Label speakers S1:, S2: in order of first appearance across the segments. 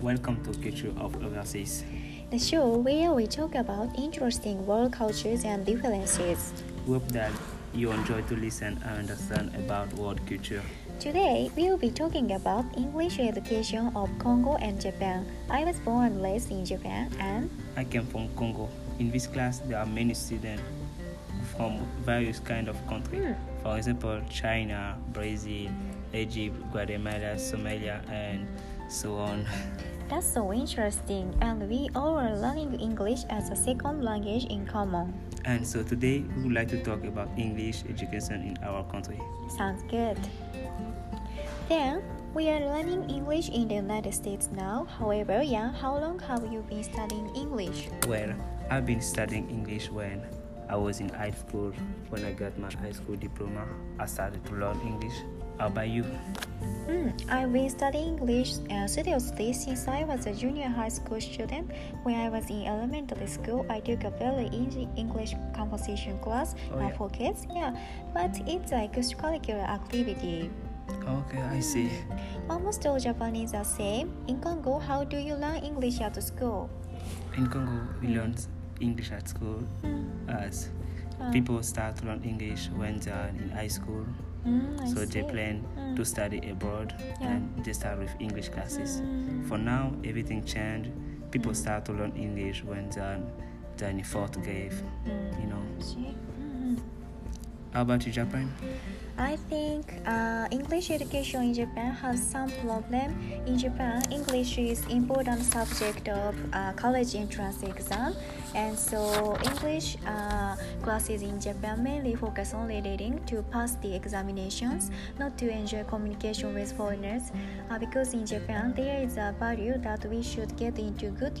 S1: Welcome to Culture of Overseas.
S2: The show where we talk about interesting world cultures and differences.
S1: We hope that you enjoy to listen and understand about world culture.
S2: Today, we'll be talking about English education of Congo and Japan. I was born and raised in Japan and
S1: I came from Congo. In this class, there are many students from various kind of country. For example, China, Brazil, Egypt, Guatemala, Somalia, and so on.
S2: that's so interesting and we all are learning English as a second language in common.
S1: And so today, we would like to talk about English education in our country.
S2: Sounds good. Then, we are learning English in the United States now. However, Yang, how long have you been studying English?
S1: Well, I've been studying English when I was in high school. When I got my high school diploma, I started to learn English. How about you?
S2: Hmm, I've been studying English uh, seriously since I was a junior high school student. When I was in elementary school, I took a very easy English composition class
S1: Oh,
S2: uh,
S1: yeah.
S2: for kids. Yeah, but it's like a curricular activity.
S1: Okay, I see.
S2: Almost all Japanese are same. In Congo, how do you learn English at school?
S1: In Congo, we learn English at school
S2: Hmm,
S1: as
S2: Ah.
S1: people start to learn English when they are in high school.
S2: Hmm, I
S1: so they
S2: see.
S1: plan
S2: Mm.
S1: to study abroad
S2: Yeah.
S1: and they start with English classes.
S2: Mm.
S1: For now, everything changed. People start to learn English when they are, they are in fourth grade.
S2: Mm.
S1: You know.
S2: See? Mm.
S1: How about you, Japan?
S2: I think uh, English education in Japan has some problem. In Japan, English is important subject of uh, college entrance exam, and so English uh, classes in Japan mainly focus on reading to pass the examinations, not to enjoy communication with foreigners, uh, because in Japan there is a value that we should get into good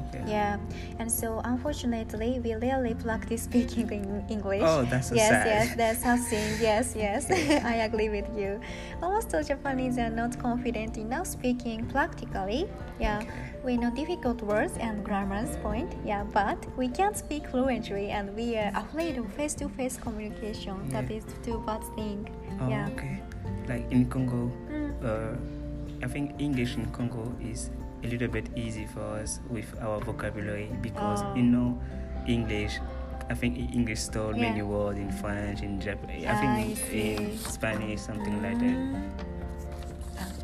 S1: Oh, okay.
S2: Yeah, and so unfortunately we rarely practice speaking in English.
S1: Oh, that's so
S2: yes,
S1: sad.
S2: yes, that's something. Yes, yes, I agree with you. Almost all Japanese are not confident enough speaking practically. Yeah, we know difficult words and grammars point. Yeah, but we can't speak fluently, and we are afraid of face-to-face communication. That
S1: Yeah.
S2: is too bad thing.
S1: Oh,
S2: yeah.
S1: okay. Like in Congo,
S2: Mm.
S1: uh, I think English in Congo is a little bit easy for us with our vocabulary because
S2: Oh.
S1: you know English. I think in English stole
S2: Yeah. Ah,
S1: many words in French, in Japanese, I
S2: I
S1: think in, in
S2: see. Mm.
S1: Spanish, something like that.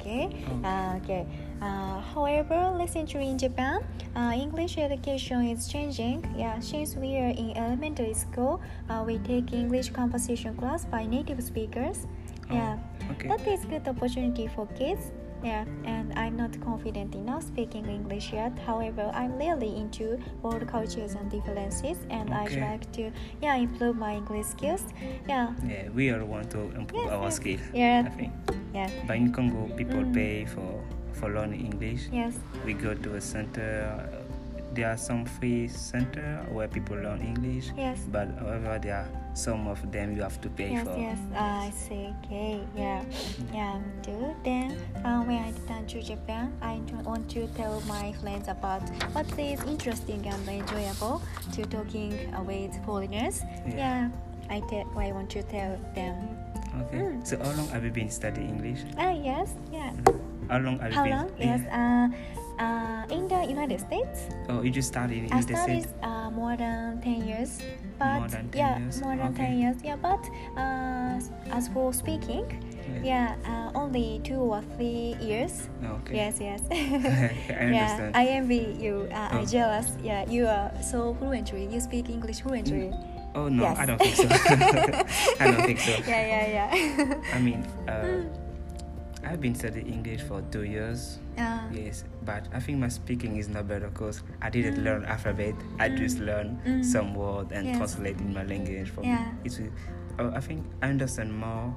S2: Okay. Uh, okay. Uh, however, recently in Japan, uh, English education is changing. Yeah, since we are in elementary school, uh, we take English composition class by native speakers.
S1: Oh,
S2: Yeah,
S1: okay.
S2: that is good opportunity for kids. Yeah, and I'm not confident enough speaking English yet. However, I'm really into world cultures and differences, and I'd
S1: Okay.
S2: like to yeah improve my English skills. Yeah,
S1: Yeah, we all want to improve
S2: Yes,
S1: our
S2: yes.
S1: skill.
S2: Yeah.
S1: I think.
S2: yeah,
S1: But in Congo, people
S2: Mm.
S1: pay for for learning English.
S2: yes.
S1: We go to a center. There are some free center where people learn English.
S2: Yes.
S1: But however, there are some of them you have to pay
S2: Yes,
S1: for.
S2: yes, I see. Okay, yeah, yeah, me too. Then, uh, when I return to Japan, I do- want to tell my friends about what is interesting and enjoyable to talking uh, with foreigners. Yeah,
S1: Yeah.
S2: I te- I want to tell them.
S1: Okay.
S2: Mm.
S1: So how long have you been studying English?
S2: Ah, yes, yeah.
S1: How long have
S2: How
S1: you been?
S2: long?
S1: Yeah.
S2: Yes, uh, uh, in the United States,
S1: Oh, you just studied Mm-hmm. in
S2: I
S1: the
S2: studied
S1: same.
S2: uh, more than 10 years, but
S1: More than 10
S2: yeah,
S1: years,
S2: more than
S1: okay.
S2: 10 years, yeah. But uh, as for speaking, yeah, uh, only two or three years.
S1: Oh, Okay.
S2: Yes, yes.
S1: I
S2: yeah,
S1: understand.
S2: I envy you. Uh,
S1: Oh.
S2: I'm jealous. Yeah, you are so fluently. You speak English fluently.
S1: Oh no,
S2: yes.
S1: I don't think so. I don't think so.
S2: Yeah, yeah, yeah.
S1: I mean, uh,
S2: Mm.
S1: I've been studying English for two years.
S2: Uh,
S1: Yes, but I think my speaking is not better because I didn't learn alphabet. I just learned
S2: Mm.
S1: some word and
S2: Yes.
S1: translate in my language. For me,
S2: Yeah.
S1: it's, oh, I I think I understand more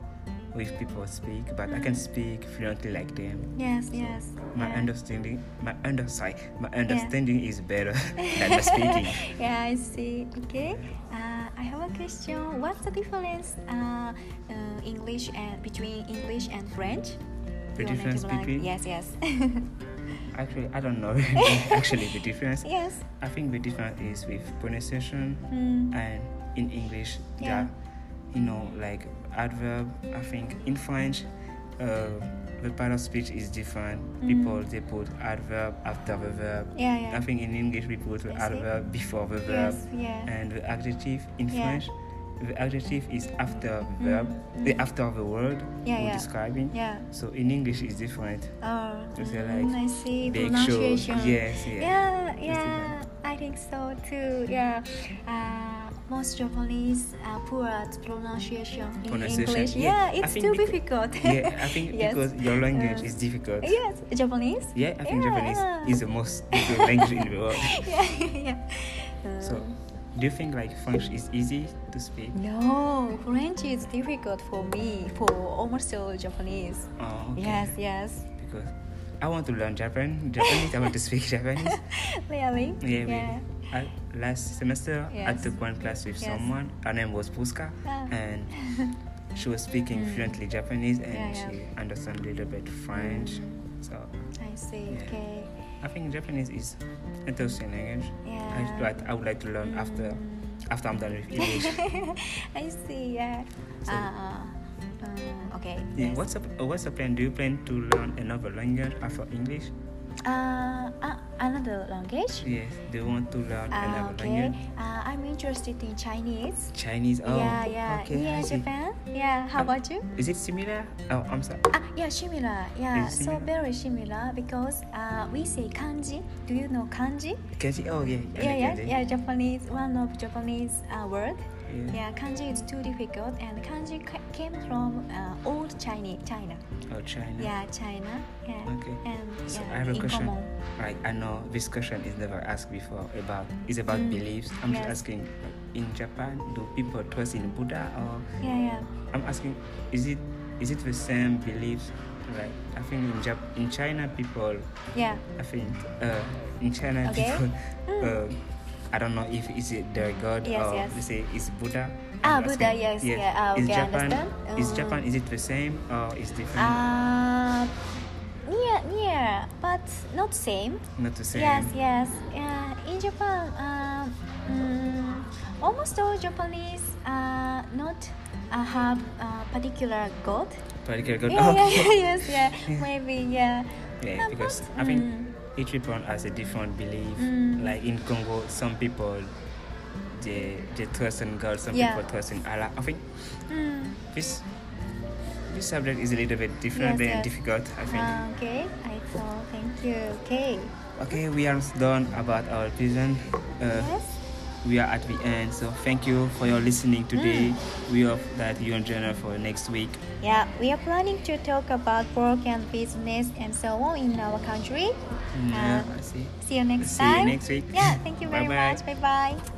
S1: if people speak, but I can speak fluently like them.
S2: Yes, Mm. yes. Uh,
S1: My
S2: yeah.
S1: understanding, my under, sorry, my understanding is better than my speaking.
S2: yeah, I see. Okay. Uh, I have a question. What's the difference uh, uh, English and between English and French?
S1: The
S2: Your
S1: difference
S2: native
S1: between-
S2: language. Yes, yes.
S1: Actually, I don't know. Mm-hmm. Actually, the difference.
S2: yes.
S1: I think the difference is with pronunciation.
S2: Mm.
S1: and in English
S2: Yeah.
S1: there are, you know like adverb I think in French uh, the part of speech is different. People they put adverb after the verb.
S2: Yeah, Mm-hmm. yeah.
S1: I think in English we put
S2: I see.
S1: adverb before the verb.
S2: Yes, yeah.
S1: And the adjective in
S2: Yeah. Mm-hmm.
S1: French, the adjective is after the verb, the after the word
S2: Yeah,
S1: we're
S2: yeah.
S1: describing.
S2: Yeah.
S1: So in English it's different.
S2: Oh,
S1: Is it
S2: mm,
S1: like
S2: I see.
S1: big show?
S2: Pronunciation.
S1: Yes, yeah.
S2: Yeah,
S1: Just like
S2: yeah, I think so too. Yeah. Uh, most Japanese are poor at pronunciation in
S1: Pronunciation,
S2: English.
S1: yeah.
S2: Yeah,
S1: I
S2: it's
S1: think
S2: too
S1: becau-
S2: difficult.
S1: yeah, I think
S2: Yes.
S1: because your language
S2: Uh,
S1: is difficult.
S2: Yes, Japanese.
S1: Yeah, I think
S2: Yeah,
S1: Japanese
S2: yeah.
S1: is the most difficult language in the world.
S2: yeah, yeah. Uh,
S1: So, do you think like French is easy to speak?
S2: Mm. no, French is difficult for me, for almost all Japanese.
S1: Oh, okay.
S2: Yes, yes.
S1: Because I want to learn Japan. Japanese. I want to speak Japanese.
S2: really?
S1: Yeah, really. I, last semester, I
S2: Yes.
S1: took one class with
S2: Yes.
S1: someone. Her name was Puska,
S2: Ah. Mm.
S1: and she was speaking fluently Japanese, and
S2: Yeah, yeah. Mm.
S1: she understood a little bit French. So,
S2: I see.
S1: Yeah.
S2: Okay.
S1: I think Japanese is interesting language. I,
S2: Yeah. Mm.
S1: but I would like to learn after after I'm done with English.
S2: I see. Yeah. Uh, um, okay.
S1: Yeah,
S2: yes.
S1: what's up? uh, What's the plan? Do you plan to learn another language after English?
S2: Uh, uh, another language.
S1: Yes. Do you want to learn
S2: Uh,
S1: another
S2: okay.
S1: language?
S2: Uh, I'm interested in Chinese.
S1: Chinese. Oh.
S2: yeah, yeah.
S1: Okay. I
S2: yeah,
S1: see.
S2: Japan. Yeah. How
S1: Um,
S2: about you?
S1: Is it similar? Oh, I'm sorry.
S2: Ah, yeah, similar. Yeah,
S1: Is it
S2: so
S1: similar?
S2: very similar because uh, we say kanji. Do you know kanji?
S1: Kanji. Oh, yeah. I
S2: Yeah,
S1: like
S2: yeah,
S1: kanji.
S2: yeah. Japanese, one of Japanese uh, word.
S1: Yeah.
S2: Yeah, kanji is too difficult, and kanji ca- came from uh, old Chinese, China.
S1: Oh, China.
S2: Yeah, China. Yeah.
S1: Okay.
S2: And yeah,
S1: So I have a
S2: in
S1: question.
S2: common.
S1: Like I know this question is never asked before about it's about
S2: Mm,
S1: beliefs. I'm just
S2: yes.
S1: asking. like, In Japan, do people trust in Buddha or
S2: Yeah, yeah.
S1: I'm asking, is it is it the same beliefs? Like I think in Jap- in China people,
S2: Yeah.
S1: I think uh, in China
S2: Okay.
S1: people,
S2: Mm.
S1: uh, I don't know if is it their god
S2: Yes,
S1: or
S2: yes.
S1: they say it's Buddha.
S2: Ah,
S1: I'm
S2: Buddha, yes, yeah, ah,
S1: is
S2: okay, I
S1: Japan
S2: understand.
S1: is
S2: Mm.
S1: Japan is it the same or is different?
S2: Uh, near, near, but not same.
S1: Not the same.
S2: Yes, yes. Yeah, in Japan, um, mm, almost all Japanese uh, not uh, have uh, particular god.
S1: Particular god.
S2: Yeah, yeah,
S1: Oh.
S2: yeah, yes, yeah. Maybe, yeah.
S1: Yeah,
S2: Uh,
S1: because
S2: but,
S1: I think
S2: mm,
S1: each people has a different belief.
S2: Mm.
S1: Like in Congo, some people they they trust in God, some
S2: Yeah.
S1: people trust in Allah. I think
S2: mm,
S1: this this subject is a little bit different
S2: Yes,
S1: and
S2: yes.
S1: difficult i think
S2: ah, okay, I saw. Thank you. Okay.
S1: okay we are done about our prison uh,
S2: yes.
S1: we are at the end so thank you for your listening today we hope that you enjoy it for next week
S2: Yeah, we are planning to talk about work and business and so on in our country.
S1: yeah
S2: Uh,
S1: i see
S2: see you next
S1: See you
S2: time.
S1: next week.
S2: Yeah, thank you very
S1: Bye-bye.
S2: much. Bye bye.